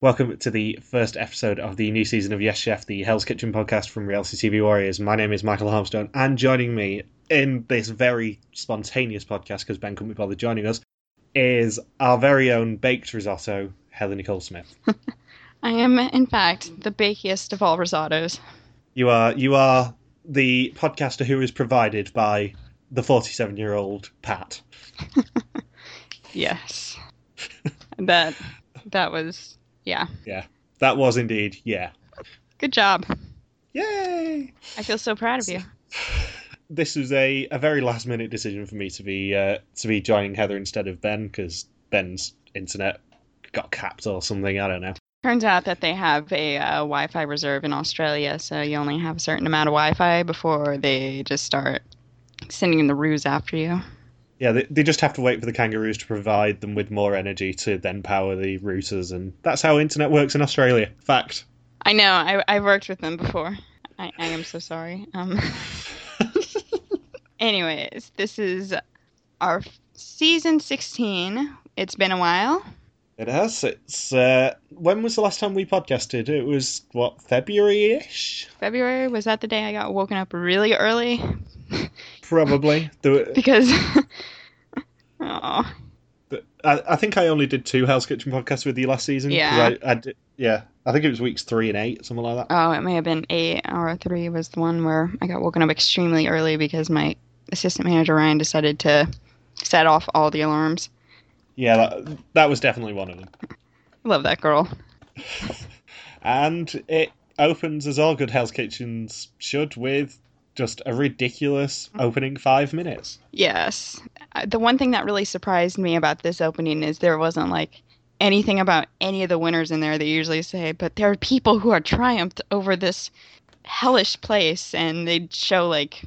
welcome to the first episode of the new season of Yes Chef, the Hell's Kitchen podcast from Reality TV Warriors. My name is Michael Harmstone, and joining me in this very spontaneous podcast, because Ben couldn't be bothered joining us, is our very own baked risotto, Heather Nicole Smith. I am, in fact, the bakiest of all risottos. You are you are the podcaster who is provided by the forty-seven year old Pat. Yes. that that was yeah. Yeah, that was indeed yeah. Good job. Yay! I feel so proud of you. This was a, a very last minute decision for me to be uh, to be joining Heather instead of Ben because Ben's internet got capped or something. I don't know. Turns out that they have a uh, Wi-Fi reserve in Australia, so you only have a certain amount of Wi-Fi before they just start sending the ruse after you. Yeah, they, they just have to wait for the kangaroos to provide them with more energy to then power the routers, and that's how internet works in Australia. Fact. I know. I I worked with them before. I, I am so sorry. Um. anyways, this is our f- season sixteen. It's been a while. It has. It's uh, when was the last time we podcasted? It was what February ish, February was that the day I got woken up really early probably. There were- because. oh But I, I think I only did two Hell's Kitchen podcasts with you last season. 'cause Yeah. I, I did, yeah. I think it was weeks three and eight, something like that. Oh, it may have been eight or three was the one where I got woken up extremely early because my assistant manager Ryan decided to set off all the alarms. Yeah, that, that was definitely one of them. Love that girl. And it opens, as all good Hell's Kitchens should, with just a ridiculous Hmm. opening five minutes. Yes. Uh, The one thing that really surprised me about this opening is there wasn't like anything about any of the winners in there. They usually say, but there are people who are triumphed over this hellish place, and they'd show like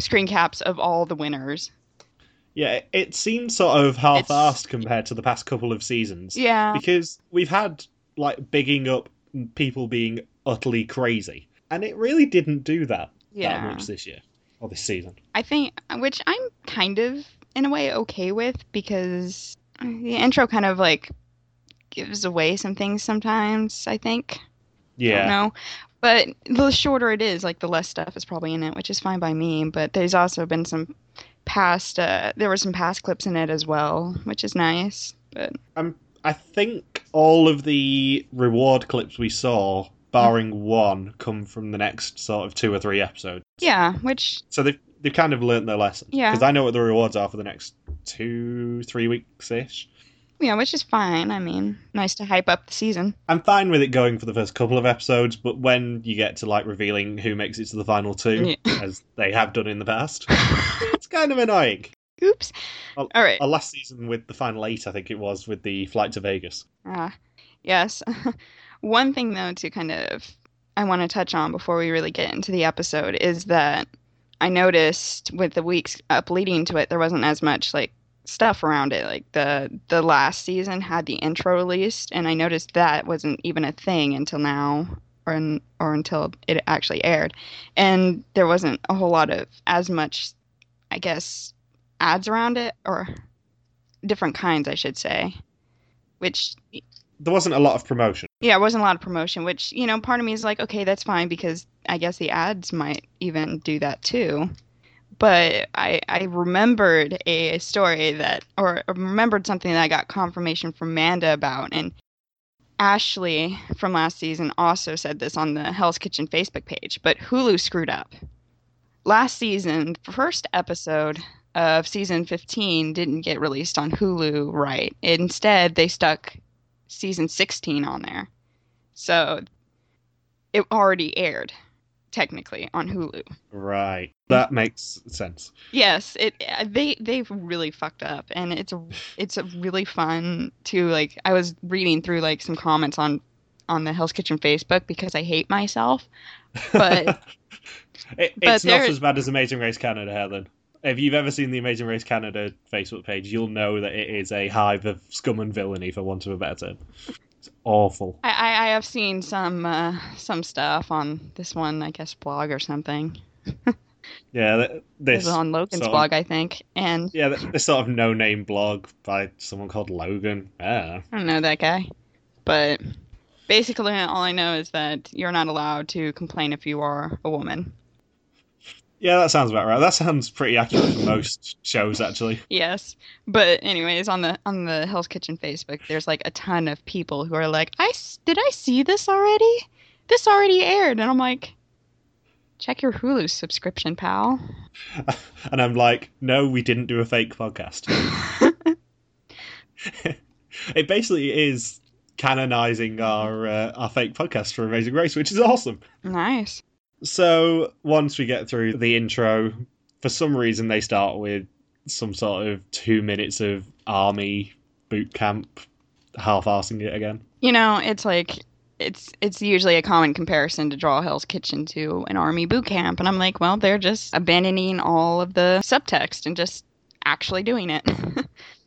screen caps of all the winners. Yeah, it, it seems sort of half-assed compared to the past couple of seasons. Yeah. Because we've had, like, bigging up people being utterly crazy. And it really didn't do that Yeah. that much this year. Or this season. I think, which I'm kind of in a way okay with because the intro kind of like gives away some things sometimes. I think. Yeah. I don't know. But the shorter it is, like the less stuff is probably in it, which is fine by me. But there's also been some past. Uh, there were some past clips in it as well, which is nice. But I think all of the reward clips we saw, barring one, come from the next sort of two or three episodes. yeah, which So they've they've kind of learnt their lesson. Yeah. Because I know what the rewards are for the next two, three weeks ish. yeah, which is fine. I mean, nice to hype up the season. I'm fine with it going for the first couple of episodes, but when you get to like revealing who makes it to the final two, as they have done in the past, it's kind of annoying. Oops. I'll- All right. Our last season with the final eight, I think it was, with the flight to Vegas. Ah, yes. One thing, though, to kind of I want to touch on before we really get into the episode is that I noticed with the weeks up leading to it, there wasn't as much like stuff around it. Like the the last season had the intro released, and I noticed that wasn't even a thing until now, or in, or until it actually aired, and there wasn't a whole lot of as much, I guess, ads around it or different kinds, I should say. Which There wasn't a lot of promotion. yeah, it wasn't a lot of promotion, which, you know, part of me is like, okay, that's fine because I guess the ads might even do that too. But I, I remembered a story that, or remembered something that I got confirmation from Manda about. And Ashley from last season also said this on the Hell's Kitchen Facebook page, but Hulu screwed up. Last season, the first episode of season 15 didn't get released on Hulu right. Instead, they stuck season 16 on there. So it already aired technically on Hulu. Right. That makes sense. Yes, it uh, they they really fucked up and it's a- it's a really fun to like I was reading through like some comments on on the Hell's Kitchen Facebook because I hate myself. But It, But it's not there- as bad as Amazing Race Canada, Helen. If you've ever seen the Amazing Race Canada Facebook page, you'll know that it is a hive of scum and villainy, for want of a better term. It's awful. I, I, I have seen some uh, some stuff on this one, I guess blog or something. Yeah, th- It was this. on Logan's so- blog, I think. And Yeah, th- this sort of no-name blog by someone called Logan. I don't know. I don't know that guy, but Basically, all I know is that you're not allowed to complain if you are a woman. Yeah, that sounds about right. That sounds pretty accurate for most shows, actually. Yes, but anyways, on the on the Hell's Kitchen Facebook, there's like a ton of people who are like, "I s- did I see this already? This already aired," and I'm like, "Check your Hulu subscription, pal." And I'm like, no, we didn't do a fake podcast. It basically is canonizing our uh, our fake podcast for Amazing Race, which is awesome. nice. So once we get through the intro, for some reason they start with some sort of two minutes of army boot camp, half-arsing it again. You know, it's like it's it's usually a common comparison to draw Hell's Kitchen to an army boot camp, and I'm like, well, they're just abandoning all of the subtext and just actually doing it.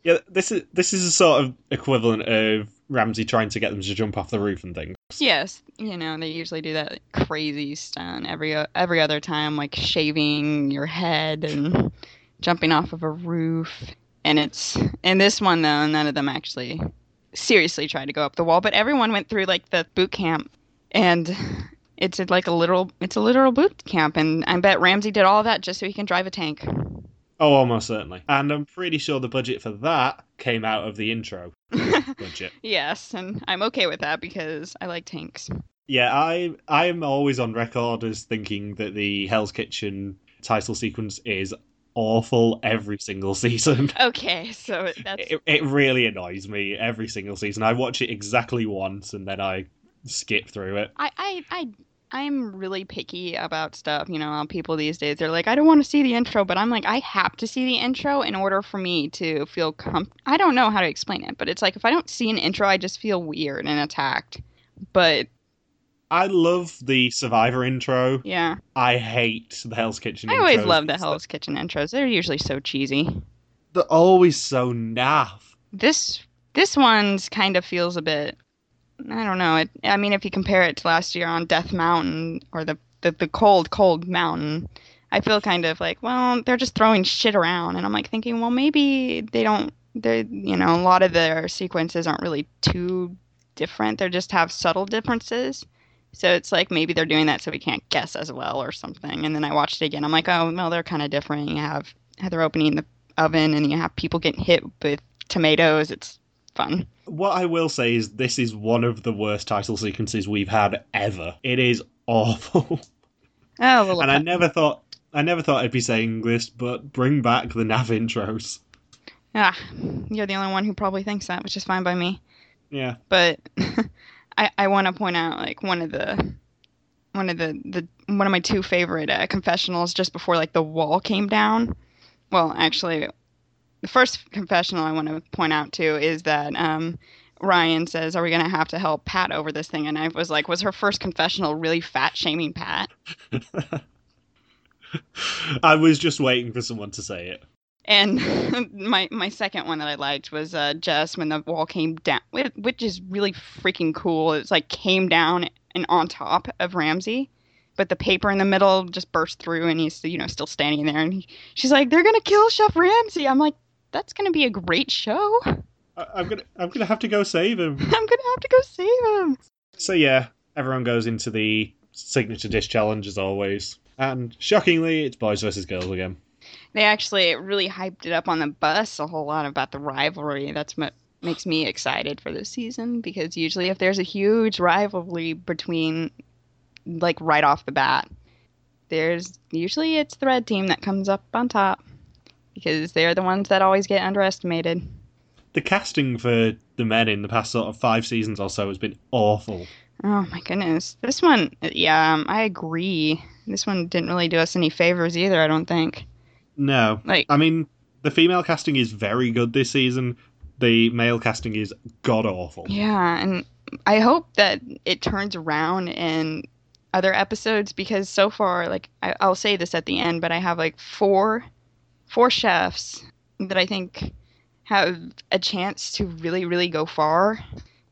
Yeah, this is this is a sort of equivalent of Ramsey trying to get them to jump off the roof and things. yes, you know, they usually do that crazy stunt every o- every other time, like shaving your head and jumping off of a roof. And it's in this one though, none of them actually seriously tried to go up the wall, but everyone went through like the boot camp and it's a- like a literal it's a literal boot camp and I bet Ramsey did all that just so he can drive a tank. Oh, almost certainly. And I'm pretty sure the budget for that came out of the intro budget. yes, and I'm okay with that because I like tanks. Yeah, I I am always on record as thinking that the Hell's Kitchen title sequence is awful every single season. Okay, so that's It, it really annoys me every single season. I watch it exactly once and then I skip through it. I, I, I, I'm really picky about stuff. You know, how people these days they're like, I don't want to see the intro, but I'm like, I have to see the intro in order for me to feel com. I don't know how to explain it, but it's like if I don't see an intro, I just feel weird and attacked. But I love the Survivor intro. yeah, I hate the Hell's Kitchen. I always intros. love the It's Hell's Kitchen intros. They're usually so cheesy. They're always so naff. This this one's kind of feels a bit. I don't know. It, I mean, if you compare it to last year on Death Mountain or the the, the cold, cold mountain, I feel kind of like, well, they're just throwing shit around, and I'm like thinking, well, maybe they don't. They, you know, a lot of their sequences aren't really too different. They just have subtle differences. So it's like maybe they're doing that so we can't guess as well or something. And then I watched it again. I'm like, oh, well, they're kind of different. You have they're opening the oven, and you have people getting hit with tomatoes. It's fun. What I will say is this is one of the worst title sequences we've had ever. It is awful. Oh, well, and I never thought I never thought I'd be saying this, but bring back the nav intros. ah, you're the only one who probably thinks that, which is fine by me. Yeah. but I, I want to point out like one of the one of the, the one of my two favorite uh, confessionals just before like the wall came down. Well, actually, the first confessional I want to point out too is that um, Ryan says, "Are we gonna have to help Pat over this thing?" And I was like, "Was her first confessional really fat shaming Pat?" I was just waiting for someone to say it. And my my second one that I liked was uh, Jess when the wall came down, whi- which is really freaking cool. It's like came down and on top of Ramsey, but the paper in the middle just burst through, and he's you know still standing there. And he, she's like, "They're gonna kill Chef Ramsey." I'm like, "That's gonna be a great show. I'm I, I'm gonna I'm gonna have to go save him. gonna have to go save him." So yeah, everyone goes into the signature dish challenge as always. And shockingly, it's boys versus girls again. They actually really hyped it up on the bus a whole lot about the rivalry. That's what makes me excited for this season because usually if there's a huge rivalry between like right off the bat, there's usually it's the red team that comes up on top because they're the ones that always get underestimated. The casting for the men in the past sort of five seasons or so has been awful. Oh my goodness. This one, yeah, um, I agree. This one didn't really do us any favors either, I don't think. No, Like I mean, the female casting is very good this season. The male casting is god awful. Yeah, and I hope that it turns around in other episodes because so far, like I, I'll say this at the end, but I have like four, four chefs that I think have a chance to really, really go far,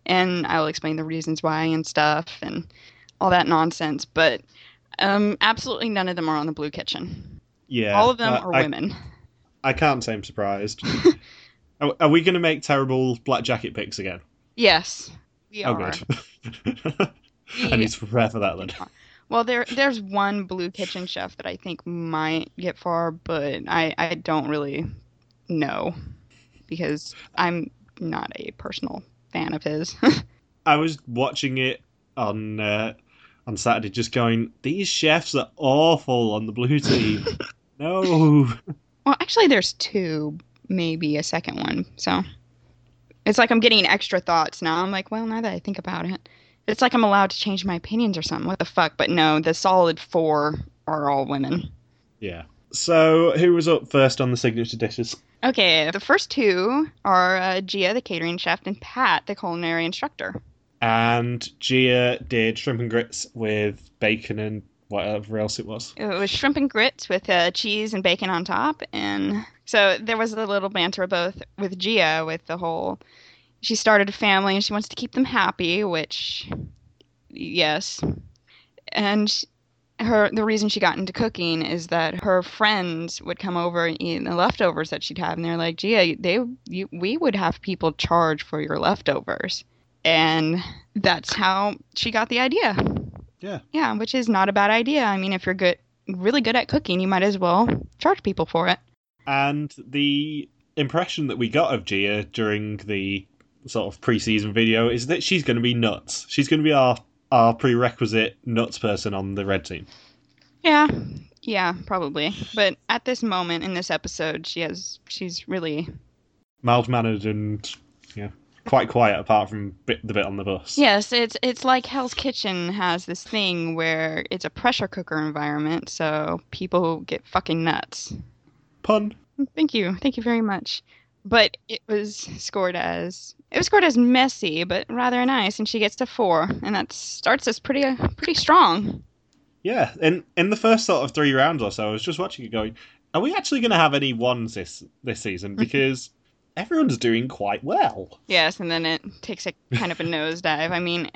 and I will explain the reasons why and stuff and all that nonsense. But um, absolutely none of them are on the Blue Kitchen. Yeah, all of them uh, are I, women. I can't say I'm surprised. are, are we going to make terrible black jacket picks again? Yes, We oh, are. good. I We need to prepare for that then. Well, there there's one blue kitchen chef that I think might get far, but I I don't really know because I'm not a personal fan of his. I was watching it on uh, on Saturday, just going, these chefs are awful on the blue team. no, well, actually, there's two, maybe a second one. So it's like I'm getting extra thoughts now. I'm like, well, now that I think about it, it's like I'm allowed to change my opinions or something. What the fuck? But no, the solid four are all women. yeah. So who was up first on the signature dishes? Okay, the first two are uh, Gia, the catering chef, and Pat, the culinary instructor. And Gia did shrimp and grits with bacon and whatever else it was. It was shrimp and grits with uh, cheese and bacon on top. And so there was a little banter both with Gia with the whole she started a family and she wants to keep them happy, which yes. And sh- her the reason she got into cooking is that her friends would come over and eat the leftovers that she'd have and they're like, "Gia, they you, we would have people charge for your leftovers." And that's how she got the idea. Yeah, which is not a bad idea. I mean, if you're good, really good at cooking, you might as well charge people for it. And the impression that we got of Gia during the sort of pre-season video is that she's going to be nuts. She's going to be our our prerequisite nuts person on the red team. Yeah, yeah, probably. But at this moment in this episode, she has she's really mild mannered and yeah, quite quiet apart from bit, the bit on the bus. yes. It's it's like Hell's Kitchen has this thing where it's a pressure cooker environment, so people get fucking nuts. Pun. Thank you, thank you very much. But it was scored as it was scored as messy, but rather nice, and she gets to four, and that starts us pretty uh, pretty strong. Yeah, in in the first sort of three rounds or so, I was just watching it going, are we actually going to have any ones this this season? Because everyone's doing quite well. Yes, and then it takes a kind of a nosedive. I mean,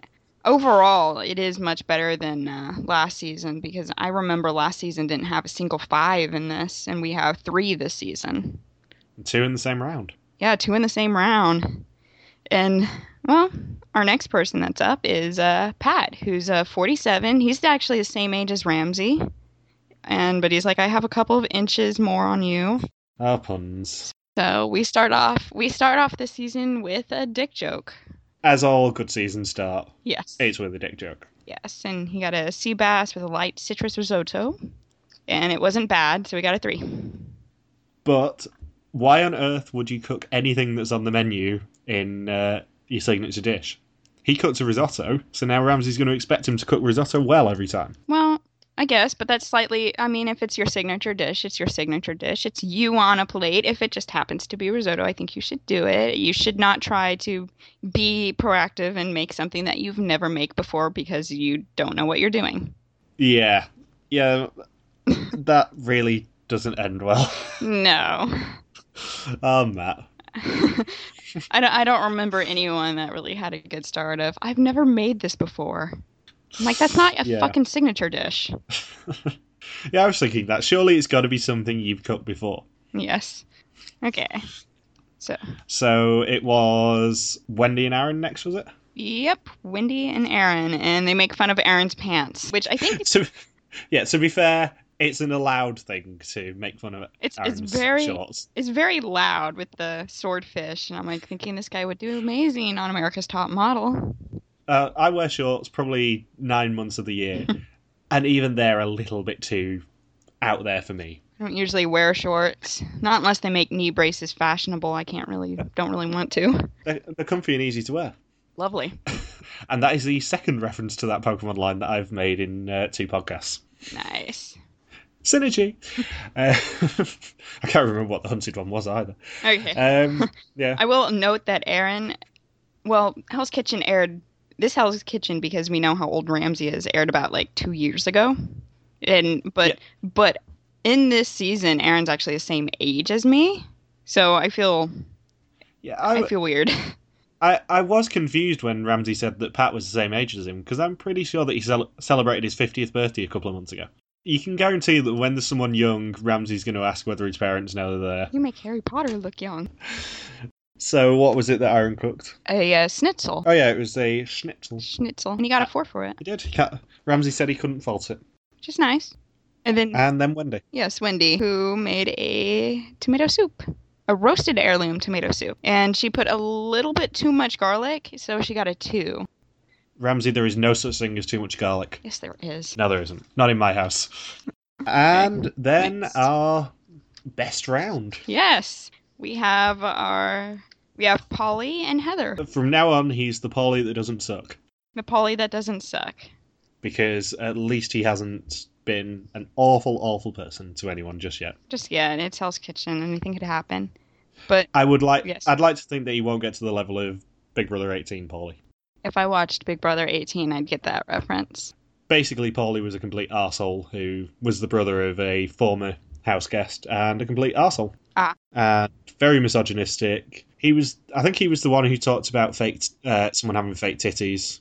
overall, it is much better than uh, last season because I remember last season didn't have a single five in this, and we have three this season. Two in the same round. Yeah, two in the same round. And, well, our next person that's up is uh, Pat, who's uh, 47. He's actually the same age as Ramsey. And, but he's like, I have a couple of inches more on you. Ah, puns. So we start off, we start off this season with a dick joke. As all good seasons start, Yes. it's with a dick joke. Yes, and he got a sea bass with a light citrus risotto, and it wasn't bad, so we got a three. But why on earth would you cook anything that's on the menu in uh, your signature dish? He cooks a risotto, so now Ramsey's going to expect him to cook risotto well every time. Well, I guess, but that's slightly. I mean, if it's your signature dish, it's your signature dish. It's you on a plate. If it just happens to be risotto, I think you should do it. You should not try to be proactive and make something that you've never made before because you don't know what you're doing. Yeah, yeah, that really doesn't end well. No. oh, Matt. I don't, I don't remember anyone that really had a good start of, I've never made this before. I'm like, that's not a Yeah. fucking signature dish. Yeah, I was thinking that. Surely it's got to be something you've cooked before. Yes. Okay. So it was Wendy and Aaron next, was it? Yep, Wendy and Aaron, and they make fun of Aaron's pants, which I think it's So, yeah. To be fair, it's an allowed thing to make fun of it's, it's Aaron's very shorts. it's very loud with the swordfish, and I'm like thinking this guy would do amazing on America's Top Model. Uh, I wear shorts probably nine months of the year, and even they're a little bit too out there for me. I don't usually wear shorts, not unless they make knee braces fashionable. I can't really don't really want to. They're, they're comfy and easy to wear. Lovely, And that is the second reference to that Pokemon line that I've made in uh, two podcasts. nice. Synergy. Uh, I can't remember what the hunted one was either. Okay. Um, yeah, I will note that Aaron, well, Hell's Kitchen aired this Hell's Kitchen because we know how old Ramsey is aired about like two years ago, and but but in this season, Aaron's actually the same age as me, so I feel yeah. I I, feel weird. I, I was confused when Ramsey said that Pat was the same age as him because I'm pretty sure that he cel- celebrated his 50th birthday a couple of months ago. You can guarantee that when there's someone young, Ramsey's going to ask whether his parents know they're there. you make Harry Potter look young. So what was it that Aaron cooked? A uh, schnitzel. Oh yeah, it was a schnitzel. Schnitzel. And he got a four for it, He did. Ca- Ramsey said he couldn't fault it. which is nice. And then, And then Wendy. yes, Wendy, who made a tomato soup, a roasted heirloom tomato soup. And she put a little bit too much garlic, so she got a two. Ramsey, there is no such thing as too much garlic. Yes, there is. No, there isn't. Not in my house. And then Next. our best round. Yes, we have our. We have Polly and Heather. From now on, he's the Polly that doesn't suck The Polly that doesn't suck. because at least he hasn't been an awful, awful person to anyone just yet. Just yeah, and it's Hell's Kitchen. Anything could happen. But I would like. Yes. I'd like to think that he won't get to the level of Big Brother 18, Polly. if I watched Big Brother 18, I'd get that reference. Basically, Polly was a complete arsehole who was the brother of a former house guest and a complete arsehole. Ah. And very misogynistic. He was. I think he was the one who talked about fake. Uh, someone having fake titties.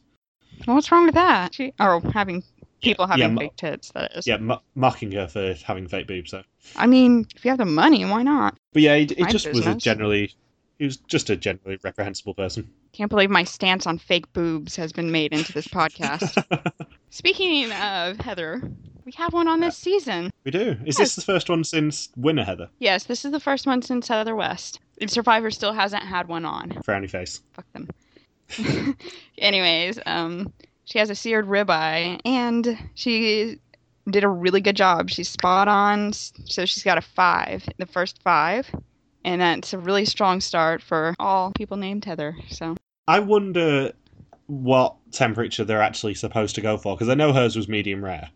Well, what's wrong with that? She, or having people yeah, having mo- big tits. That is. Yeah, mo- mocking her for having fake boobs, though. I mean, if you have the money, why not? But yeah, it, it My just was a business. generally. He was just a generally reprehensible person. Can't believe my stance on fake boobs has been made into this podcast. Speaking of Heather, we have one on this season. we do. Is Yes. this the first one since Winner Heather? Yes, this is the first one since Heather West. And Survivor still hasn't had one on. Frowny face. fuck them. Anyways, um, she has a seared ribeye, and she did a really good job. She's spot on, s- so she's got a five, the first five, and that's a really strong start for all people named Heather. So I wonder what temperature they're actually supposed to go for because I know hers was medium rare.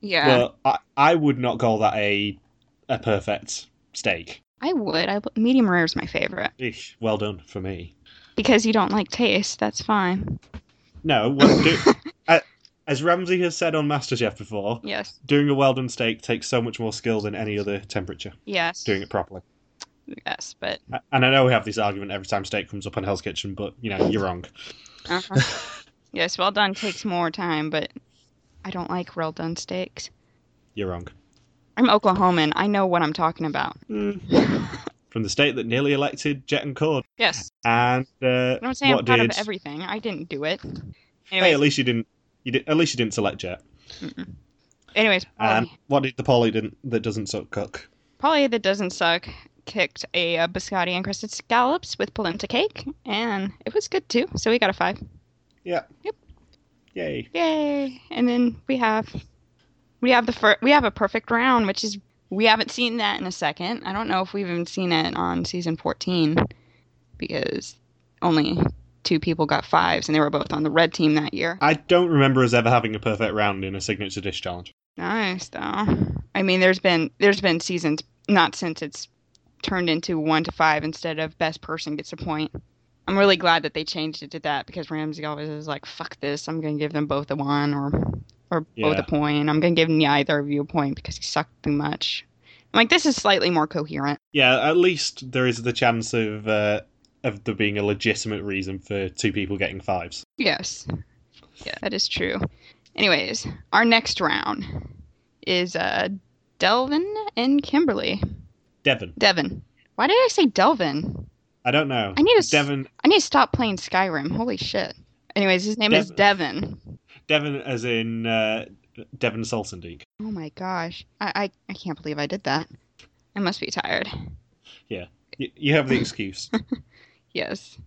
yeah, But I, I would not call that a a perfect steak. I would. I would- medium rare is my favorite Eesh, well done for me. because you don't like taste. That's fine. No, well, do, uh, as Ramsey has said on MasterChef before, Yes, doing a well done steak takes so much more skill than any other temperature. yes, Doing it properly. yes, but A- And I know we have this argument every time steak comes up on Hell's Kitchen, but you know you're wrong. uh yes, well done takes more time, but I don't like well done steaks. You're wrong. I'm Oklahoman. I know what I'm talking about. From the state that nearly elected Jet and Cord, Yes. and uh, I'm not saying what I'm proud did? of everything. I didn't do it. hey, Anyways, at least you didn't. You did, at least you didn't select Jet. anyways And Polly, what did the Polly didn't that doesn't suck cook? Polly that doesn't suck kicked a uh, biscotti and crusted scallops with polenta cake, and it was good too. So we got a five. Yay! Yay! And then we have we have the fir- we have a perfect round, which is we haven't seen that in a second. I don't know if we've even seen it on season 14 because only two people got fives, and they were both on the red team that year. I don't remember us ever having a perfect round in a signature dish challenge. Nice though. I mean, there's been there's been seasons not since it's turned into one to five instead of best person gets a point. I'm really glad that they changed it to that because Ramsey always is like, "Fuck this! I'm gonna give them both a one or or both Yeah. a point. I'm gonna give neither of you a point because you suck too much." I'm like, this is slightly more coherent. Yeah, at least there is the chance of uh, of there being a legitimate reason for two people getting fives. Yes. Yeah, that is true. Anyways, our next round is uh, Delvin and Kimberly. Devon, Devin. Why did I say Delvin? I don't know. I need a s- Devon. I need to stop playing Skyrim. Holy shit. Anyways, his name is Devin. Devon, as in uh, Devon Salsendijk. Oh my gosh. I, I, I can't believe I did that. I must be tired. Y- you have the excuse. Yes.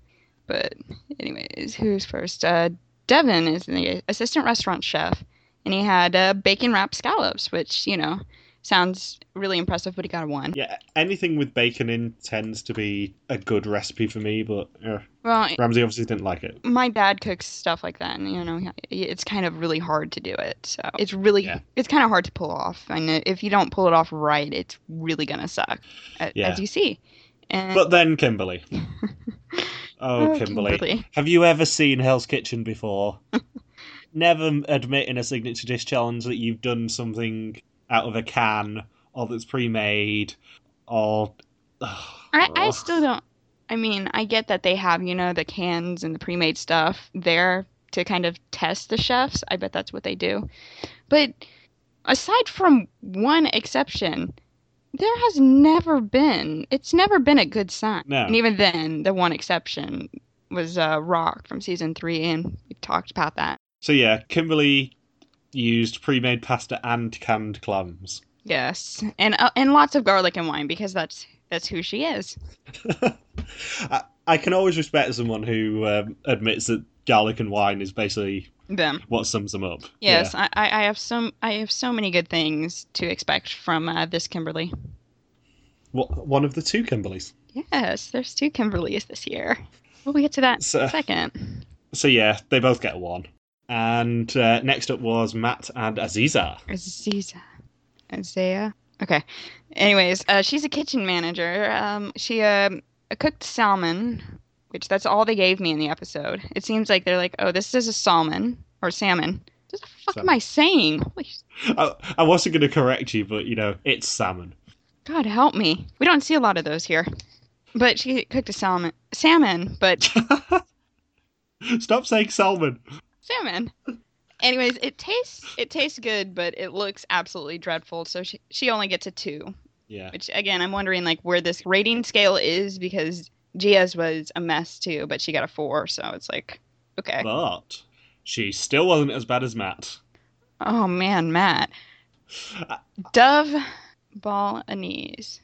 But, anyways, who's first? Uh, Devin is the assistant restaurant chef, and he had uh, bacon wrapped scallops, which, you know, sounds really impressive, but he got a one. yeah, anything with bacon in tends to be a good recipe for me, but uh, Well, Ramsey obviously didn't like it. my dad cooks stuff like that and you know it's kind of really hard to do it so it's really Yeah. it's kind of hard to pull off and if you don't pull it off right it's really gonna suck a- Yeah. as you see and But then Kimberly. Oh, Uh, Oh, Kimberly. Have you ever seen Hell's Kitchen before? Never m- admit in a signature dish challenge that you've done something out of a can or that's pre-made or. I, Oh. I still don't i mean i get that they have you know the cans and the pre-made stuff there to kind of test the chefs i bet that's what they do but aside from one exception There has never been. It's never been a good sign. No. And even then, the one exception was uh, Rock from season three, and we've talked about that. So yeah, Kimberly used pre-made pasta and canned clams. Yes, and uh, and lots of garlic and wine because that's that's who she is. I, I can always respect someone who um, admits that garlic and wine is basically Them. what sums them up. Yes, I I, I have so I have so many good things to expect from uh, this Kimberly. Yeah. Wha- One of the two Kimberleys. Yes, there's two Kimberlys this year. We'll we get to that in So, a second. so yeah, they both get one. And uh, next up was Matt and Aziza. Aziza. Isaiah. Okay. Anyways, uh, she's a kitchen manager. Um, she um, cooked salmon, which that's all they gave me in the episode. It seems like they're like, oh, this is a salmon or salmon. What the fuck am Salmon. I saying? Holy sh- I, I wasn't going to correct you, but you know it's salmon. God help me. We don't see a lot of those here. But she cooked a salmon. Salmon, but Stop saying salmon. salmon. Anyways, it tastes it tastes good, but it looks absolutely dreadful. So she she only gets a two. Yeah, Which again, I'm wondering like where this rating scale is because Gia's was a mess too, but she got a four, so it's like okay. but she still wasn't as bad as Matt. Oh man, Matt. Dove Ball Anise.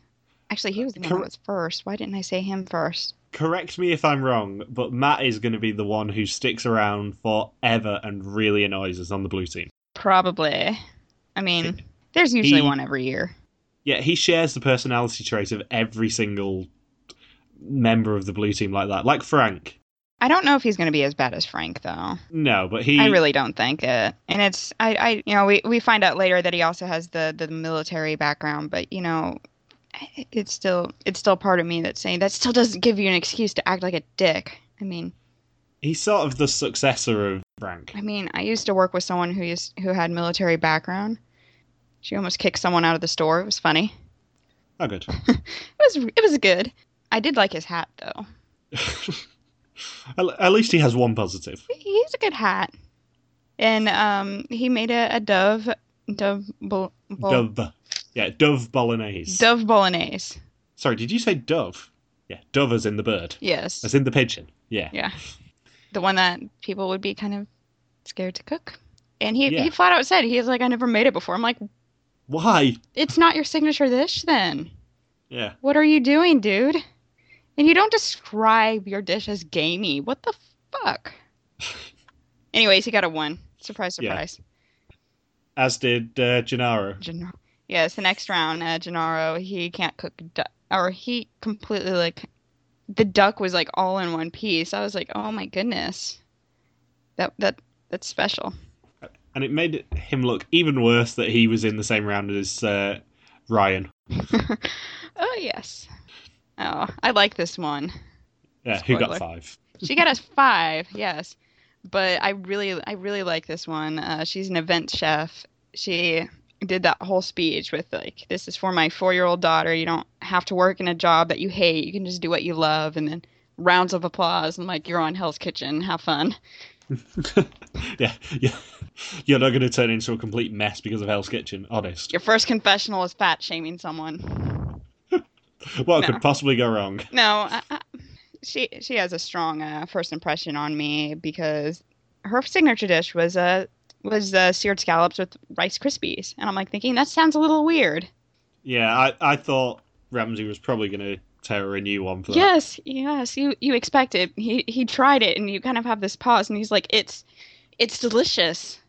Actually, he was the one that Cor- was first. Why didn't I say him first? correct me if I'm wrong, but Matt is going to be the one who sticks around forever and really annoys us on the blue team. Probably. I mean, there's usually He- one every year. Yeah, he shares the personality trait of every single member of the blue team like that, like Frank. I don't know if he's going to be as bad as Frank though. No, but he I really don't think it. And it's I, I you know, we, we find out later that he also has the, the military background, but you know it- it's still it's still part of me that's saying that still doesn't give you an excuse to act like a dick. I mean he's sort of the successor of Frank. I mean, I used to work with someone who used who had military background. She almost kicked someone out of the store. It was funny. Oh, good. It was it was good. I did like his hat though. at at least he has one positive. He's a good hat. And um he made a, a dove dove bol, bol- Dove. Yeah, dove bolognese. dove bolognese. Sorry, did you say dove? Yeah, dove as in the bird. Yes. As in the pigeon. Yeah. Yeah. The one that people would be kind of scared to cook. And he, Yeah. he flat out said, he's like, I never made it before. I'm like, Why? it's not your signature dish then. Yeah. What are you doing, dude? And you don't describe your dish as gamey. What the fuck? Anyways, he got a one. Surprise, Yeah. surprise. As did uh, Gennaro. Gennaro. Yes, the next round, uh, Gennaro, he can't cook duck. Or he completely, like, the duck was, like, all in one piece. I was like, oh my goodness. That, that, that's special. and it made him look even worse that he was in the same round as uh, Ryan, Oh yes. Oh, I like this one. uh, who got Spoiler. five. She got us five, yes. But I really, I really like this one. Uh, she's an event chef. She did that whole speech with like, "This is for my four-year-old daughter. You don't have to work in a job that you hate. You can just do what you love." And then rounds of applause and like, "You're on Hell's Kitchen. Have fun." Yeah, yeah. You're not going to turn into a complete mess because of Hell's Kitchen, honest. Your first confessional is fat shaming someone. What no. could possibly go wrong? No, I, I, she she has a strong uh, first impression on me because her signature dish was uh, was uh, seared scallops with Rice Krispies, and I'm like thinking that sounds a little weird. Yeah, I, I thought Ramsey was probably going to tear her a new one for that. Yes, yes, you you expect it. He he tried it, and you kind of have this pause, and he's like, it's it's delicious,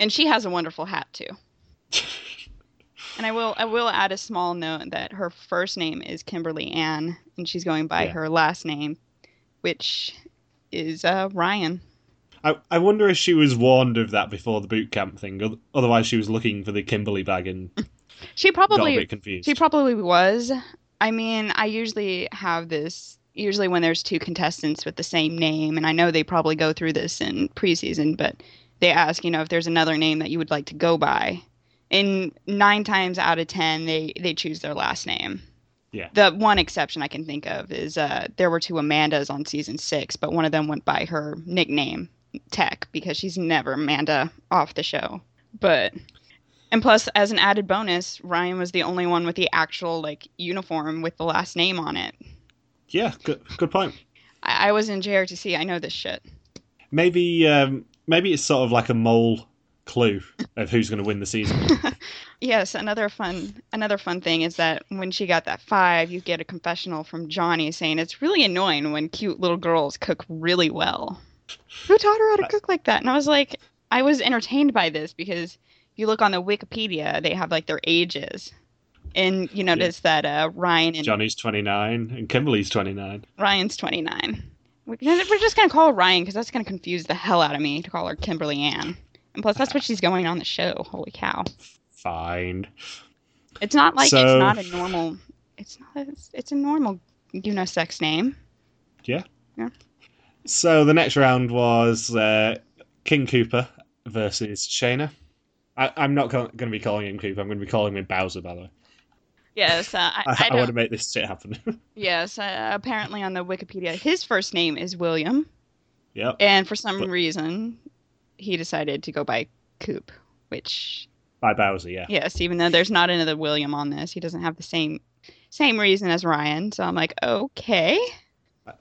and she has a wonderful hat too. And I will I will add a small note that her first name is Kimberly Ann, and she's going by Yeah. her last name, which is uh, Ryan. I, I wonder if she was warned of that before the boot camp thing. oth- Otherwise, she was looking for the Kimberly bag and She got a probably bit confused. she probably was. I mean, I usually have this usually when there's two contestants with the same name, and I know they probably go through this in preseason, but they ask, you know, if there's another name that you would like to go by. And nine times out of ten, they they choose their last name. Yeah. The one exception I can think of is uh, there were two Amandas on season six, but one of them went by her nickname Tech because she's never Amanda off the show. But And plus, as an added bonus, Ryan was the only one with the actual like uniform with the last name on it. Yeah, good, good point. I, I was in JRTC. I know this shit. Maybe um, maybe it's sort of like a mole clue of who's going to win the season. Yes, another fun another fun thing is that when she got that five, you get a confessional from Johnny saying it's really annoying when cute little girls cook really well. Who taught her how to cook like that? And I was like, I was entertained by this because you look on the Wikipedia, they have like their ages, and you notice that uh, Ryan and Johnny's 29 and Kimberly's 29. Ryan's twenty nine. We're we're just gonna call her Ryan because that's gonna confuse the hell out of me to call her Kimberly Ann. And plus, that's what she's going on the show. Holy cow! Fine. It's not like it's So- not a normal. It's not. A, it's a normal unisex name. So the next round was uh, King Cooper versus Shayna. I, I'm not going to be calling him Cooper. I'm going to be calling him Bowser, by the way. Yes, uh, I, I, I I, want to don't- make this shit happen. yes. Uh, apparently, on the Wikipedia, his first name is William, yep. and for some But- reason, he decided to go by Coop. Which, By Bowser, yeah. yes, even though there's not another William on this, he doesn't have the same same reason as Ryan. So I'm like, okay.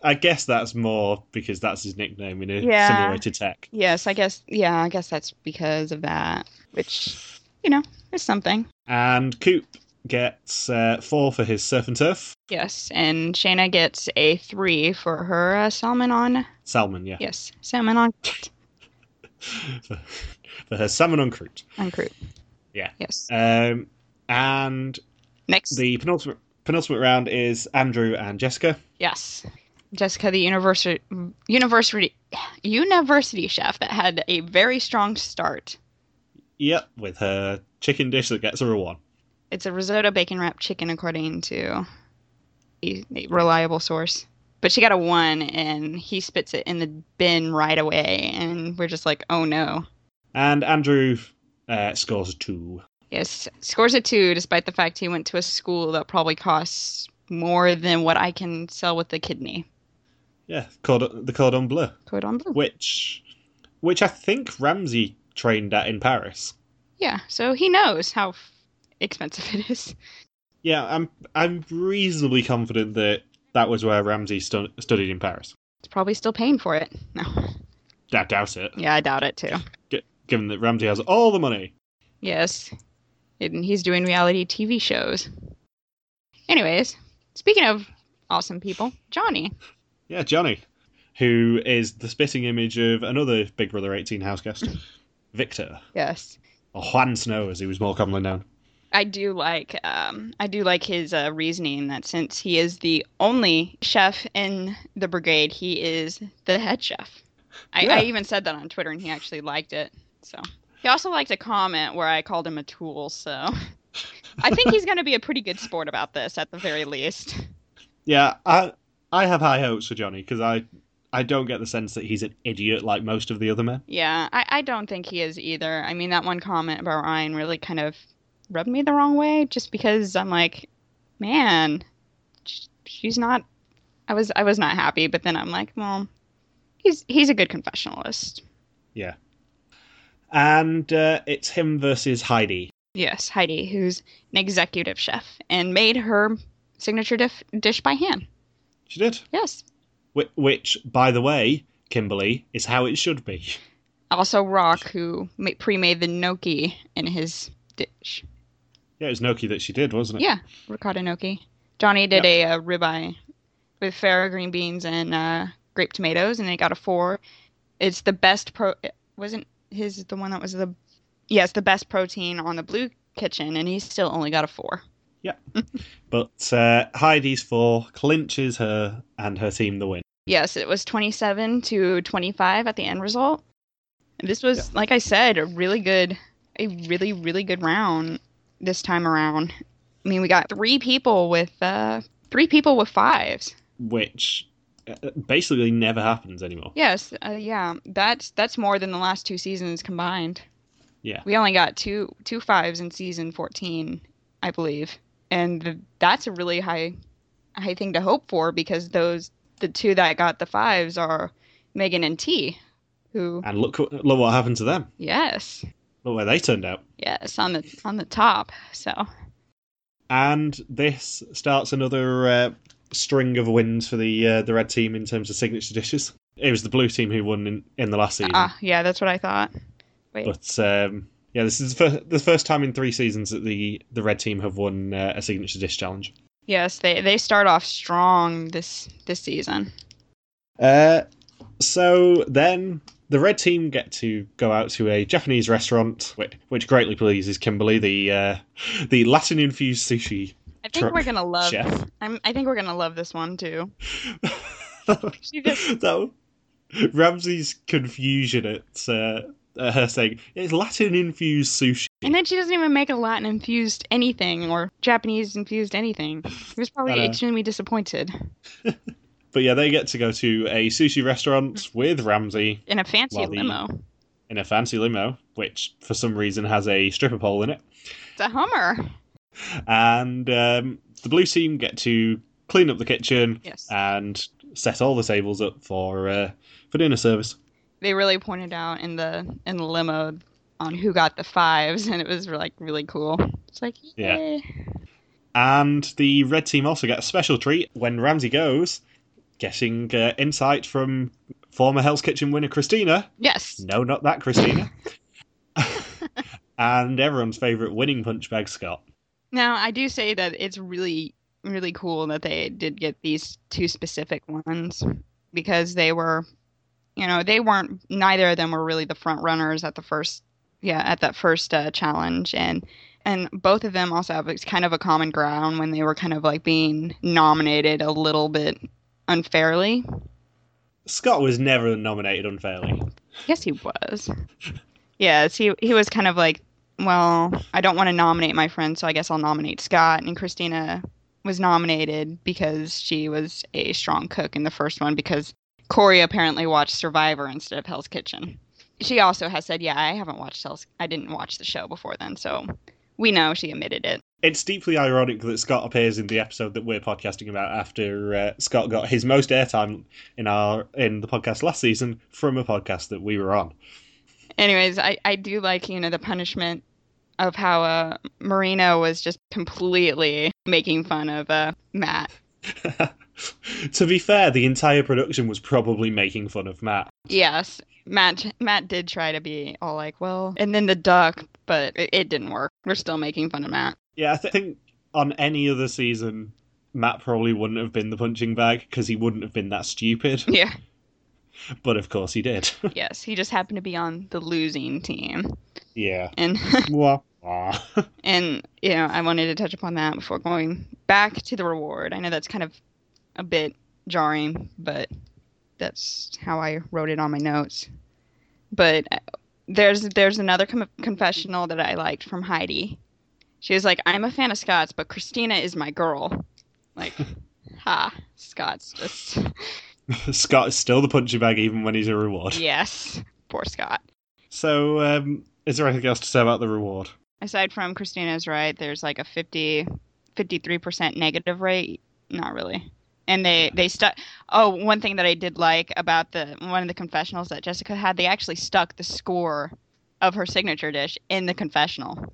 I guess that's more because that's his nickname in a Yeah. similar way to Tech. Yes, I guess. Yeah, I guess that's because of that. Which, you know, is something. And Coop gets uh, four for his surf and turf. Yes, and Shayna gets a three for her uh, salmon on. Salmon, yeah. Yes, salmon on for, for her salmon on crude. on crew. Yeah. Yes. Um, and Next. the penultimate, penultimate round is Andrew and Jessica. yes. Jessica, the university university university chef that had a very strong start. Yep, with her chicken dish that gets her a one. It's a risotto bacon wrapped chicken, according to a, a reliable source. But she got a one, and he spits it in the bin right away, and we're just like, oh no. And Andrew uh, scores a two. Yes, scores a two, despite the fact he went to a school that probably costs more than what I can sell with a kidney. Yeah, cordon, the cordon bleu, Cordon bleu. which, which I think Ramsey trained at in Paris. Yeah, so he knows how f- expensive it is. Yeah, I'm I'm reasonably confident that that was where Ramsey stu- studied in Paris. It's probably still paying for it. No. I doubt it, Yeah, I doubt it too. gi- given that Ramsey has all the money. Yes. And he's doing reality TV shows. Anyways, speaking of awesome people, Johnny. Yeah, Johnny, who is the spitting image of another Big Brother 18 houseguest, Victor, Yes. or Juan Snow, as he was more commonly known. I do like um, I do like his uh, reasoning that since he is the only chef in the brigade, he is the head chef. I, Yeah. I even said that on Twitter, and he actually liked it. So he also liked a comment where I called him a tool. So I think he's going to be a pretty good sport about this, at the very least. Yeah, I I have high hopes for Johnny because I I don't get the sense that he's an idiot like most of the other men. Yeah, I, I don't think he is either. I mean, that one comment about Ryan really kind of rubbed me the wrong way, just because I'm like, man, sh- she's not. I was I was not happy, but then I'm like, well, he's he's a good confessionalist. And uh, it's him versus Heidi. Yes, Heidi, who's an executive chef and made her signature dif- dish by hand. She did, Yes. Wh- which, by the way, Kimberly is how it should be. Also, Rock, who ma- pre-made the gnocchi in his dish. Yeah, it was Noki that she did, wasn't it? Yeah, ricotta gnocchi. Johnny did a, uh ribeye with farro green beans and uh, grape tomatoes, and they got a four. It's the best pro. Wasn't his the one that was the? Yes, the best protein on the Blue Kitchen, and he still only got a four. But uh, Heidi's four clinches her and her team the win. Yes, it was twenty-seven to twenty-five at the end result. And This was, like I said, a really good, a really really good round this time around. I mean, we got three people with uh, three people with fives. which uh, basically never happens anymore. Yes, uh, yeah. That's that's more than the last two seasons combined. Yeah. We only got two two fives in season 14, I believe. And th- that's a really high high thing to hope for because those the two that got the fives are Megan and T, who And look, wh- look what happened to them. yes. Look where they turned out. Yes, on the on the top. So And this starts another uh, string of wins for the uh, the red team in terms of signature dishes. It was the blue team who won in, in the last season. ah, yeah, that's what I thought. Wait, But um, yeah, this is the first, the first time in three seasons that the, the red team have won uh, a signature dish challenge. yes, they they start off strong this this season. Uh, so then the red team get to go out to a Japanese restaurant, which, which greatly pleases Kimberly, the uh, the Latin infused sushi I think True. we're gonna love. chef. I'm, I think we're gonna love this one too. She just that Ramsey's confusion at, uh, at her saying it's Latin infused sushi. And then she doesn't even make a Latin infused anything or Japanese infused anything. He was I probably know. extremely disappointed But yeah, they get to go to a sushi restaurant with Ramsey in a fancy Well, the- limo. in a fancy limo, which for some reason has a stripper pole in it. It's a Hummer. And um, the blue team get to clean up the kitchen Yes. and set all the tables up for uh, for dinner service. they really pointed out in the in the limo on who got the fives, and it was like really cool. It's like Yeah. yeah, And the red team also get a special treat when Ramsey goes, getting uh, insight from former Hell's Kitchen winner Christina. yes, No, not that Christina. and everyone's favourite winning punch bag Scott. Now, I do say that it's really, really cool that they did get these two specific ones because they were, you know, they weren't, neither of them were really the front runners at the first, yeah, at that first uh, challenge. And, and both of them also have like, kind of a common ground when they were kind of like being nominated a little bit unfairly. Scott was never nominated unfairly. Yes, he was. yes, he he was kind of like, well, I don't want to nominate my friend, so I guess I'll nominate Scott. And Christina was nominated because she was a strong cook in the first one because Corey apparently watched Survivor instead of Hell's Kitchen. She also has said, yeah, I haven't watched Hell's. I didn't watch the show before then, so we know she admitted it. It's deeply ironic that Scott appears in the episode that we're podcasting about after uh, Scott got his most airtime in our in the podcast last season from a podcast that we were on. anyways i i do like you know the punishment of how uh marino was just completely making fun of uh matt to be fair, the entire production was probably making fun of Matt. yes matt matt did try to be all like well and then the duck but it, it didn't work we're still making fun of matt Yeah, I th- think on any other season, Matt probably wouldn't have been the punching bag because he wouldn't have been that stupid. yeah But of course, he did. yes he just happened to be on the losing team yeah. and Wah, wah. And you know, I wanted to touch upon that before going back to the reward. I know that's kind of a bit jarring, but that's how I wrote it on my notes. But uh, there's there's another com- confessional that I liked from Heidi. She was like, "I'm a fan of Scott's, but Christina is my girl." Like, ha, Scott's just Scott is still the punching bag even when he's a reward. yes, poor Scott. So, um, is there anything else to say about the reward? aside from Christina's right, there's like a 50, 53% negative rate. Not really. And they, they stuck. Oh, one thing that I did like about the one of the confessionals that Jessica had, they actually stuck the score of her signature dish in the confessional.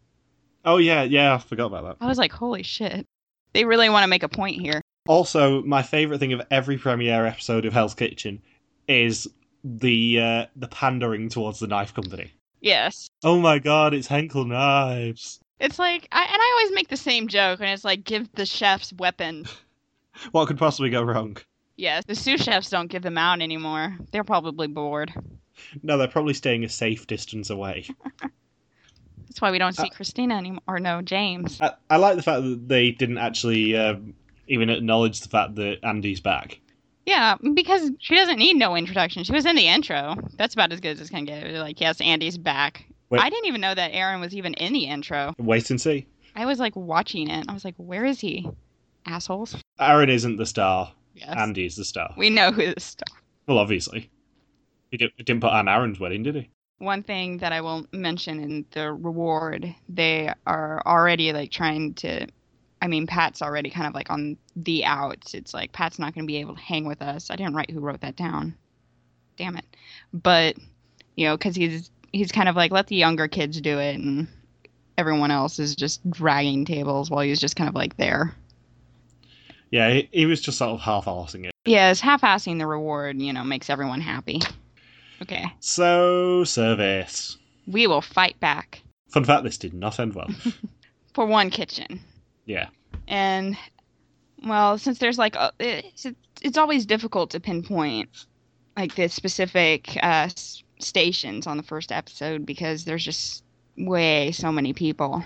Oh yeah, yeah, I forgot about that. I was like, holy shit. They really want to make a point here. Also, my favourite thing of every premiere episode of Hell's Kitchen is the uh, the pandering towards the knife company. Yes. Oh my god, it's Henkel knives. It's like, I, and I always make the same joke, and it's like, give the chefs weapons. What could possibly go wrong? Yes, the sous chefs don't give them out anymore. They're probably bored. No, they're probably staying a safe distance away. That's why we don't see Christina anymore. Or no, James. I, I like the fact that they didn't actually um, even acknowledge the fact that Andy's back. Yeah, because she doesn't need no introduction. She was in the intro. That's about as good as it's gonna get. They're like, yes, Andy's back. Wait. I didn't even know that Aaron was even in the intro. Wait and see. I was like watching it. I was like, where is he? Assholes. Aaron isn't the star. Yes. Andy is the star. we know who this star. Well, obviously, he didn't, he didn't put on Aaron's wedding, did he? One thing that I will mention in the reward, they are already like trying to. I mean, Pat's already kind of like on the outs. It's like Pat's not going to be able to hang with us. I didn't write who wrote that down. Damn it. But, you know, because he's he's kind of like let the younger kids do it, and everyone else is just dragging tables while he's just kind of like there. Yeah, he, he was just sort of half-arsing it. Yes, half-assing the reward, you know, makes everyone happy. Okay, So, service. we will fight back Fun fact: this did not end well. for one kitchen. yeah, and well since there's like a- it's, it's always difficult to pinpoint like the specific uh, s- stations on the first episode because there's just way so many people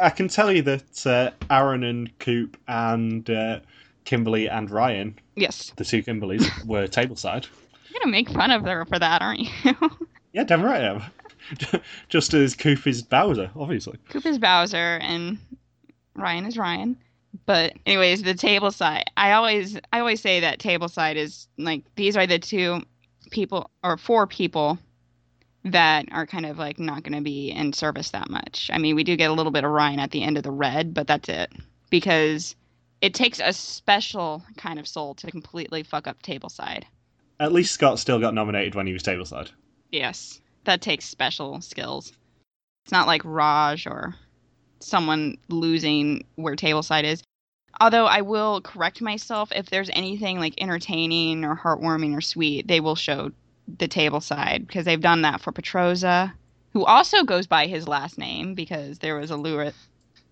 I can tell you that uh, Aaron and Coop and uh, Kimberly and Ryan, yes the two Kimberleys, were tableside. you're gonna make fun of her for that aren't you Yeah, damn right I am. just as Coop is Bowser, obviously. coop is bowser and ryan is ryan but anyways the table side i always i always say that table side is like these are the two people or four people that are kind of like not going to be in service that much. I mean, we do get a little bit of Ryan at the end of the red, but that's it because it takes a special kind of soul to completely fuck up tableside. At least Scott still got nominated when he was tableside. Yes, that takes special skills. It's not like Raj or someone losing where tableside is. Although I will correct myself if there's anything like entertaining or heartwarming or sweet, they will show the table side because they've done that for Petroza, who also goes by his last name because there was a Lew-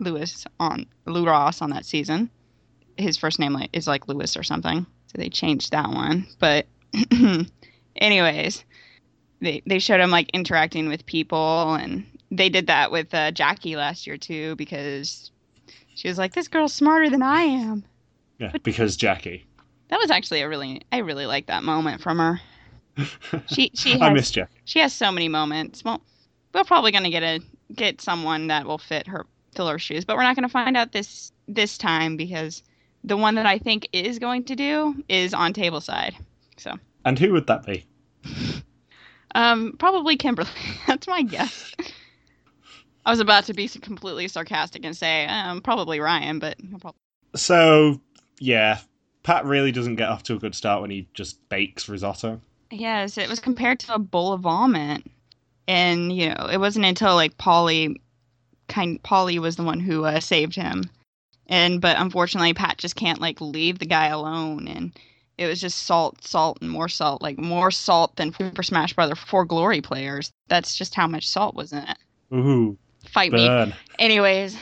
Lewis on Lou Ross on that season. His first name like, is like Lewis or something, so they changed that one. But anyways, they they showed him like interacting with people and they did that with uh, Jackie last year too because she was like this girl's smarter than I am. Yeah, because Jackie. That was actually a really I really like that moment from her. She she has I miss Jackie. she has so many moments. Well, we're probably gonna get a get someone that will fit her fill her shoes, but we're not gonna find out this this time because the one that I think is going to do is on table side. So And who would that be? Um, probably Kimberly. That's my guess. I was about to be completely sarcastic and say um, probably Ryan, but he'll prob- So, yeah, Pat really doesn't get off to a good start when he just bakes risotto. yes, it was compared to a bowl of vomit, and you know it wasn't until like Polly, kind Polly was the one who uh, saved him, and but unfortunately Pat just can't like leave the guy alone, and it was just salt, salt, and more salt, like more salt than Super Smash Brother for glory players. That's just how much salt was in it. Ooh, Fight me, burn. anyways.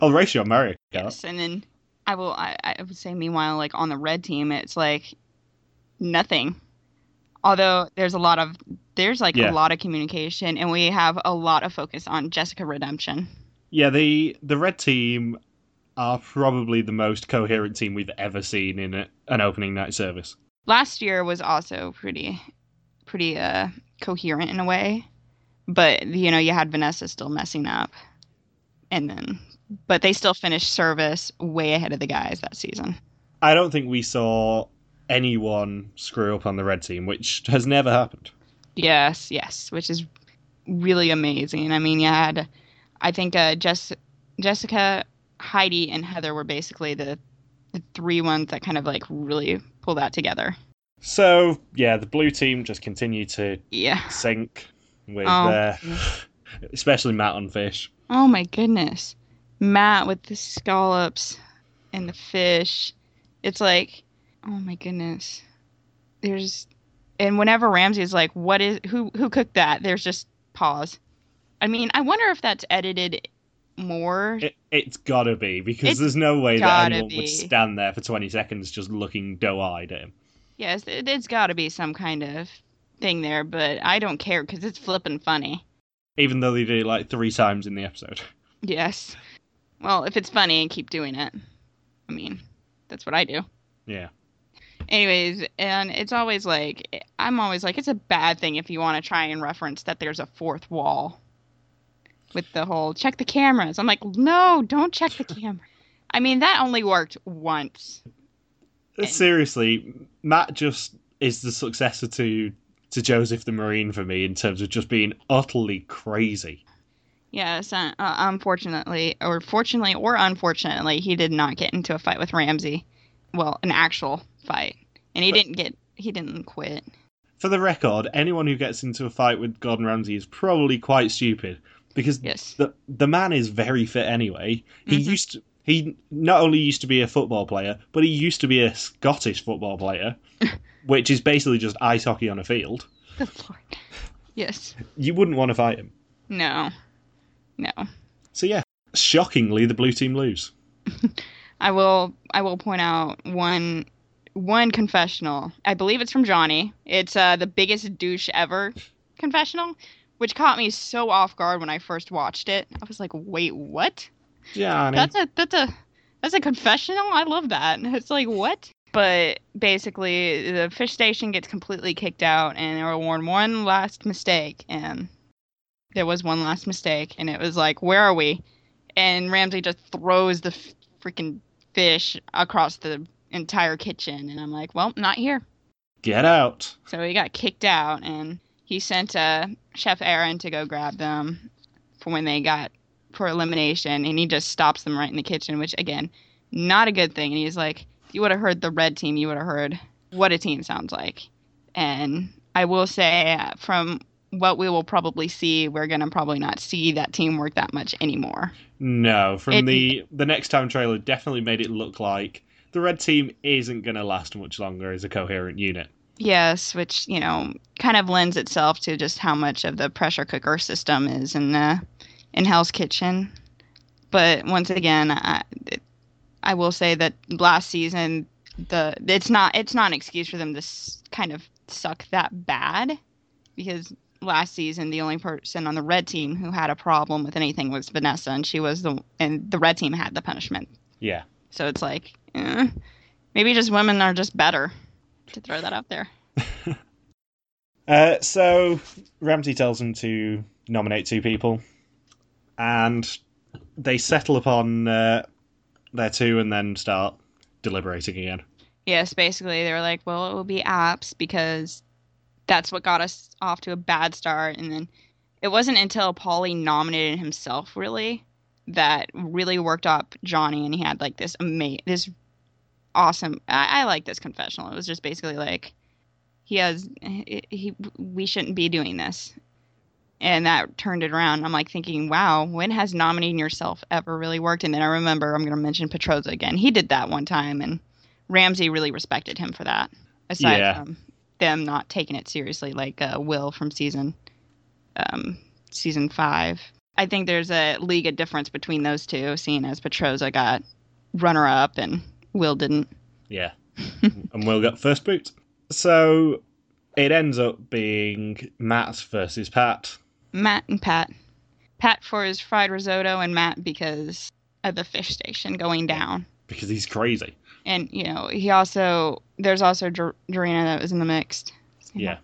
I'll race you on Mario Kart. Yes, and then I will. I, I would say, meanwhile, like on the red team, it's like nothing. Although there's a lot of there's like Yeah. a lot of communication, and we have a lot of focus on Jessica Redemption. Yeah, the the red team are probably the most coherent team we've ever seen in a, an opening night service. Last year was also pretty pretty uh coherent in a way, but you know you had Vanessa still messing up, and then but they still finished service way ahead of the guys that season. I don't think we saw anyone screw up on the red team, which has never happened. Yes, yes, which is really amazing. I mean, you had, I think, uh, Jess, Jessica, Heidi, and Heather were basically the, the three ones that kind of like really pull that together. So yeah, the blue team just continue to Yeah. sink with Oh. their, especially Matt on fish. Oh my goodness, Matt with the scallops and the fish. It's like, oh my goodness. There's, and whenever Ramsey's like, "What is who who cooked that?" There's just pause. I mean, I wonder if that's edited more It, it's gotta be because It's there's no way that gotta anyone be. would stand there for 20 seconds just looking doe-eyed at him. Yes, it, it's got to be some kind of thing there, but I don't care because it's flippin' funny. Even though they did it like three times in the episode. Yes. Well, if it's funny, keep doing it. I mean, that's what I do. Yeah. Anyways, and it's always like, I'm always like, it's a bad thing if you want to try and reference that there's a fourth wall with the whole check the cameras. I'm like, no, don't check the camera. I mean, that only worked once. And- Seriously, Matt just is the successor to to Joseph the Marine for me in terms of just being utterly crazy. Yes, uh, uh, unfortunately, or fortunately, or unfortunately, he did not get into a fight with Ramsey. Well, an actual fight, and he But- didn't get he didn't quit. for the record, anyone who gets into a fight with Gordon Ramsay is probably quite stupid because Yes. the the man is very fit anyway. He Mhm. used to, he not only used to be a football player, but he used to be a Scottish football player, which is basically just ice hockey on a field. Good lord. Yes. You wouldn't want to fight him. No. No. So yeah, shockingly, the blue team lose. I will I will point out one one confessional. I believe it's from Johnny. It's uh, the biggest douche ever confessional, which caught me so off guard when I first watched it. I was like, "Wait, what? Johnny, That's a that's a that's a confessional? I love that." It's like, "What?" But basically, the fish station gets completely kicked out and they were warned one last mistake and there was one last mistake and it was like, "Where are we?" and Ramsey just throws the f- freaking fish across the entire kitchen. And I'm like, well, not here. get out. So he got kicked out, and he sent uh, Chef Aaron to go grab them for when they got for elimination. And he just stops them right in the kitchen, which, again, not a good thing. And he's like, if you would have heard the red team, you would have heard what a team sounds like. And I will say, uh, from what we will probably see, we're going to probably not see that teamwork that much anymore. No, from It- the the next time trailer definitely made it look like the red team isn't going to last much longer as a coherent unit. Yes, which, you know, kind of lends itself to just how much of the pressure cooker system is in uh, in Hell's Kitchen. But once again, I, I will say that last season the it's not it's not an excuse for them to s- kind of suck that bad because last season the only person on the red team who had a problem with anything was Vanessa and she was the and the red team had the punishment. Yeah. So it's like eh, maybe just women are just better to throw that out there. Uh, so Ramsey tells them to nominate two people, and they settle upon uh, their two, and then start deliberating again. Yes, basically they were like, well, it will be apps because that's what got us off to a bad start. And then it wasn't until Paulie nominated himself really that really worked up Johnny, and he had like this ama- this awesome. I, I like this confessional. It was just basically like he has he, he we shouldn't be doing this, and that turned it around. I'm like thinking, wow, when has nominating yourself ever really worked? And then I remember I'm gonna mention Petroza again. He did that one time, and Ramsey really respected him for that. Aside Yeah. from them not taking it seriously, like uh, Will from season um, season five. I think there's a league of difference between those two, seeing as Petroza got runner up and Will didn't. Yeah, and Will got first boot. So it ends up being Matt versus Pat. Matt and Pat. Pat for his fried risotto and Matt because of the fish station going down. Because he's crazy. And, you know, he also, there's also Dr- Dorina that was in the mixed. Yeah.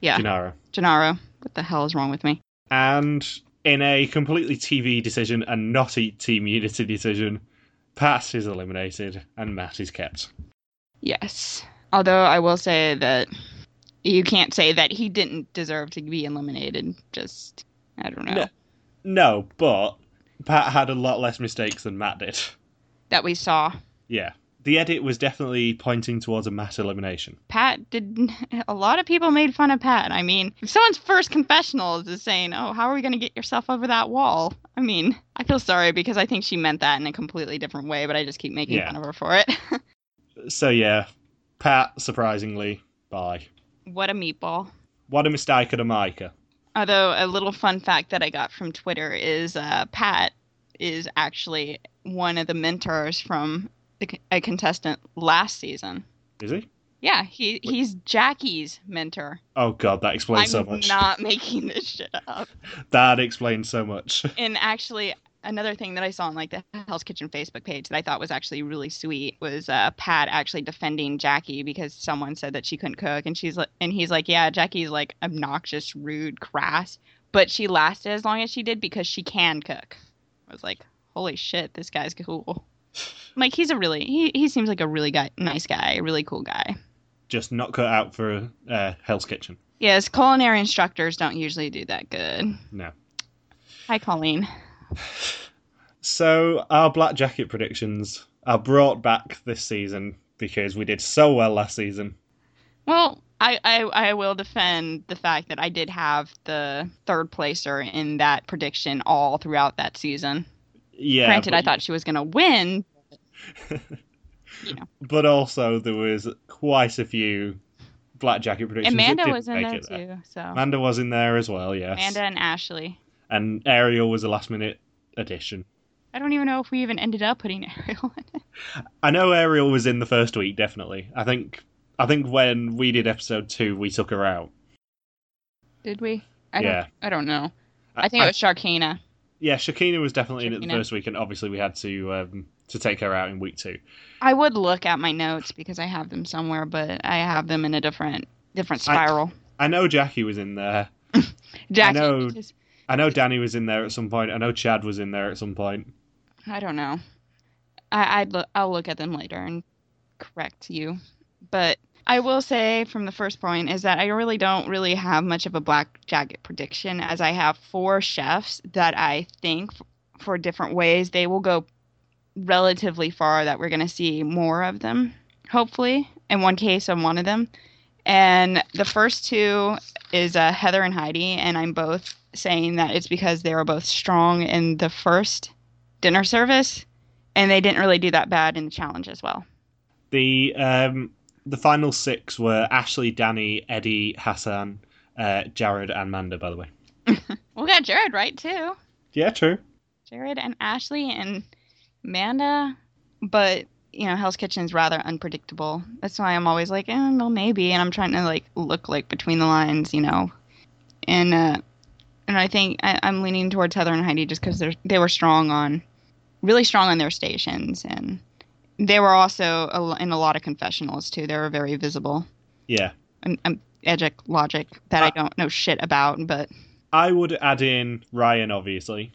Yeah. Gennaro. Gennaro. What the hell is wrong with me? And in a completely TV decision and not a Team Unity decision, Pat is eliminated and Matt is kept. Yes. Although I will say that you can't say that he didn't deserve to be eliminated. Just, I don't know. No. No, but Pat had a lot less mistakes than Matt did. That we saw. Yeah. The edit was definitely pointing towards a Matt elimination. Pat did. A lot of people made fun of Pat. I mean, if someone's first confessional is saying, "Oh, how are we going to get yourself over that wall?" I mean, I feel sorry because I think she meant that in a completely different way, but I just keep making Yeah. fun of her for it. So yeah, Pat, surprisingly, bye. what a meatball! What a mistake at a mica. Although a little fun fact that I got from Twitter is uh, Pat is actually one of the mentors from the, c- a contestant last season. Is he? Yeah, he he's Jackie's mentor. Oh god, that I'm explains so much. not making this shit up. That explains so much. and actually another thing that i saw on like the hell's kitchen facebook page that i thought was actually really sweet was uh, pat actually defending jackie because someone said that she couldn't cook and she's like and he's like yeah jackie's like obnoxious rude crass but she lasted as long as she did because she can cook i was like holy shit this guy's cool like he's a really he, he seems like a really guy nice guy really cool guy Just not cut out for uh, Hell's Kitchen. yes culinary instructors don't usually do that good No. hi colleen So our black jacket predictions are brought back this season because we did so well last season. Well, I, I, I will defend the fact that I did have the third placer in that prediction all throughout that season. Yeah. Granted, but- I thought she was going to win. But also, there was quite a few Black Jacket predictions. that Amanda didn't was in make there it there. too. So Amanda was in there as well, yes. Amanda and Ashley. And Ariel was a last minute addition. I don't even know if we even ended up putting Ariel in. it. I know Ariel was in the first week, definitely. I think I think when we did episode two, we took her out. Did we? I Yeah. Don't, I don't know. I think it was Sharkina. yeah, Shakina was definitely in it the Shekinah. first week, and obviously we had to um, to take her out in week two. I would look at my notes because I have them somewhere, but I have them in a different different I- spiral. I know Jackie was in there. Jackie, know. just- I know Danny was in there at some point. I know Chad was in there at some point. I don't know. I, I'd lo- I'll look at them later and correct you. But I will say from the first point is that I really don't really have much of a black jacket prediction, as I have four chefs that I think f- for different ways they will go relatively far. That we're going to see more of them, hopefully. In one case, on one of them, and the first two is uh, Heather and Heidi, and I'm both saying that it's because they were both strong in the first dinner service, and they didn't really do that bad in the challenge as well. The um, the final six were Ashley, Danny, Eddie, Hassan, uh, Jared, and Manda. By the way, We got Jared right too. yeah, true. Jared and Ashley and Amanda, but you know Hell's Kitchen is rather unpredictable. That's why I'm always like, eh, well, maybe, and I'm trying to like look like between the lines, you know, and uh, and I think I, I'm leaning towards Heather and Heidi just because they they were strong on, really strong on their stations, and they were also a lo- in a lot of confessionals too. They were very visible. Yeah, um, um, edgic logic that Uh, I don't know shit about, but I would add in Ryan, obviously.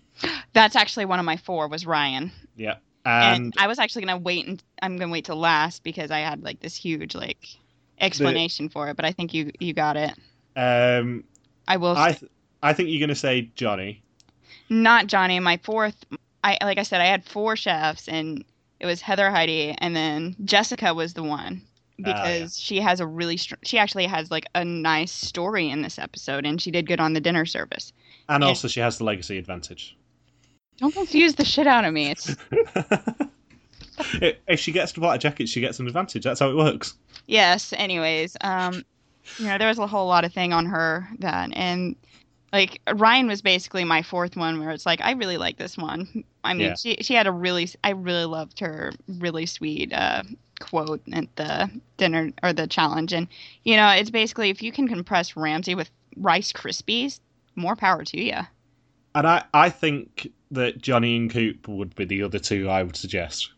that's actually one of my four was Ryan, Yeah, and, and I was actually gonna wait and I'm gonna wait till last because I had like this huge like explanation for it, but I think you you got it. um, I will I th- I think you're gonna say Johnny. not Johnny. My fourth, I like I said, I had four chefs, and it was Heather, Heidi, and then Jessica was the one because Ah, yeah. she has a really str- she actually has like a nice story in this episode, and she did good on the dinner service. And Yeah. also, she has the legacy advantage. Don't confuse the shit out of me. It's I- if she gets to buy a jacket, she gets an advantage. That's how it works. yes. Anyways, um, you know there was a whole lot of thing on her then, and like Ryan was basically my fourth one, where it's like I really like this one. I mean, Yeah. she she had a really I really loved her really sweet uh, quote at the dinner or the challenge, and you know it's basically if you can compress Ramsey with Rice Krispies, more power to you. And I, I think that Johnny and Coop would be the other two I would suggest.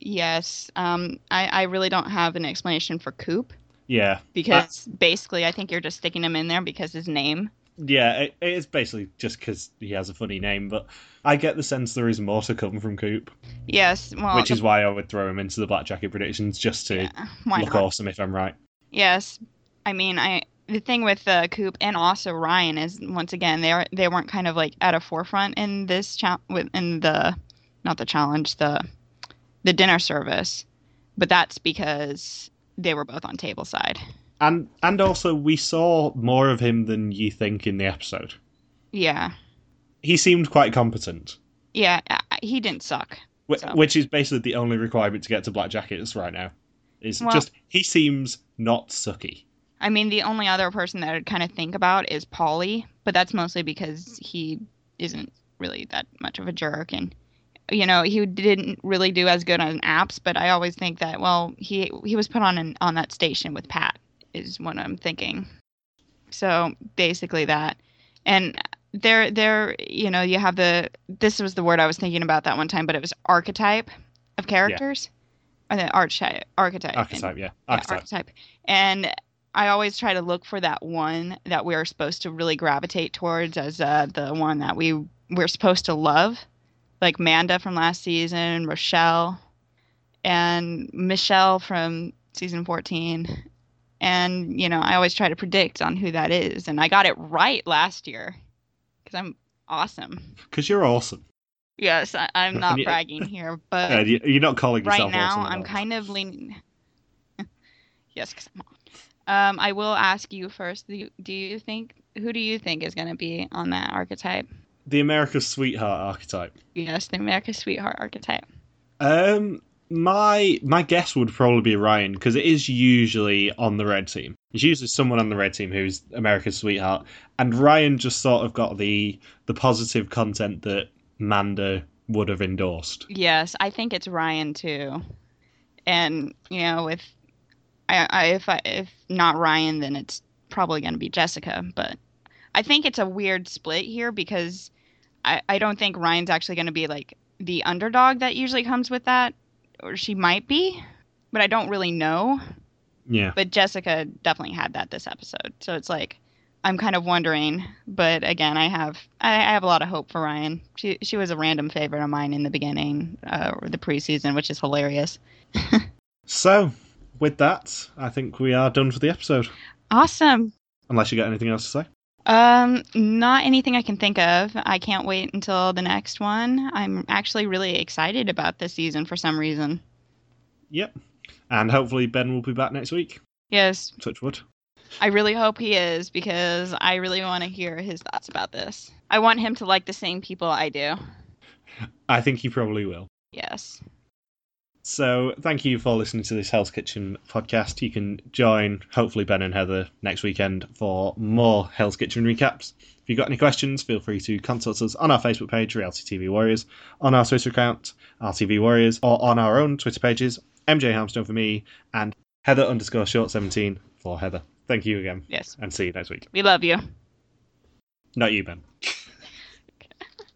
Yes, um, I I really don't have an explanation for Coop. Yeah. because basically I think you're just sticking him in there because his name. Yeah, it, it is basically just because he has a funny name, but I get the sense there is more to come from Coop, Yes, well, which is why I would throw him into the Black Jacket predictions just to why look not? awesome if I'm right. Yes, I mean I the thing with uh, Coop and also Ryan is once again they are they weren't kind of like at a forefront in this cha- with in the not the challenge the the dinner service, but that's because they were both on table side. And and also, we saw more of him than you think in the episode. Yeah, He seemed quite competent, yeah, I, I- he didn't suck. wh- So- which is basically the only requirement to get to Black Jackets right now. Is Well- just he seems not sucky. I mean, the only other person that I'd kind of think about is Polly, but that's mostly because he isn't really that much of a jerk. And, you know, he didn't really do as good on apps, but I always think that, well, he, he was put on, an, on that station with Pat, is what I'm thinking. So basically that. And there, there, you know, you have the, this was the word I was thinking about that one time, but it was archetype of characters. Or the archetype. Archetype. Archetype, yeah, Yeah, archetype. archetype. And I always try to look for that one that we are supposed to really gravitate towards as uh, the one that we we're supposed to love, like Manda from last season, Rochelle, and Michelle from season fourteen. And you know, I always try to predict on who that is, and I got it right last year because I'm awesome. Because you're awesome. Yes, I, I'm not Yeah. bragging here, but Uh, you- you're not calling right yourself now awesome. at i'm all. kind of leaning yes because i'm Um, I will ask you first. Do you, do you think who do you think is going to be on that archetype? The America's Sweetheart archetype. Yes, the America's Sweetheart archetype. Um, my my guess would probably be Ryan because it is usually on the red team. It's usually someone on the red team who's America's sweetheart, and Ryan just sort of got the the positive content that Manda would have endorsed. Yes, I think it's Ryan too. And you know, with I, I if I if not Ryan, then it's probably going to be Jessica. But I think it's a weird split here because I I don't think Ryan's actually going to be like the underdog that usually comes with that or she might be, but I don't really know. Yeah. But Jessica definitely had that this episode, so it's like I'm kind of wondering. But again, I have I, I have a lot of hope for Ryan. She she was a random favorite of mine in the beginning uh, or the preseason, which is hilarious. So, with that, I think we are done for the episode. Awesome. Unless you got anything else to say. Um, not anything I can think of. I can't wait until the next one. I'm actually really excited about this season for some reason. Yep. And hopefully Ben will be back next week. Yes, Touch wood. I really hope he is because I really want to hear his thoughts about this. I want him to like the same people I do. I think he probably will. Yes. So, thank you for listening to this Hell's Kitchen podcast. You can join, hopefully, Ben and Heather next weekend for more Hell's Kitchen recaps. If you've got any questions, feel free to contact us on our Facebook page, Reality TV Warriors, on our Twitter account, RTV Warriors, or on our own Twitter pages, MJ Harmstone for me, and Heather underscore short 17 for Heather. Thank you again, Yes. and see you next week. We love you. Not you, Ben.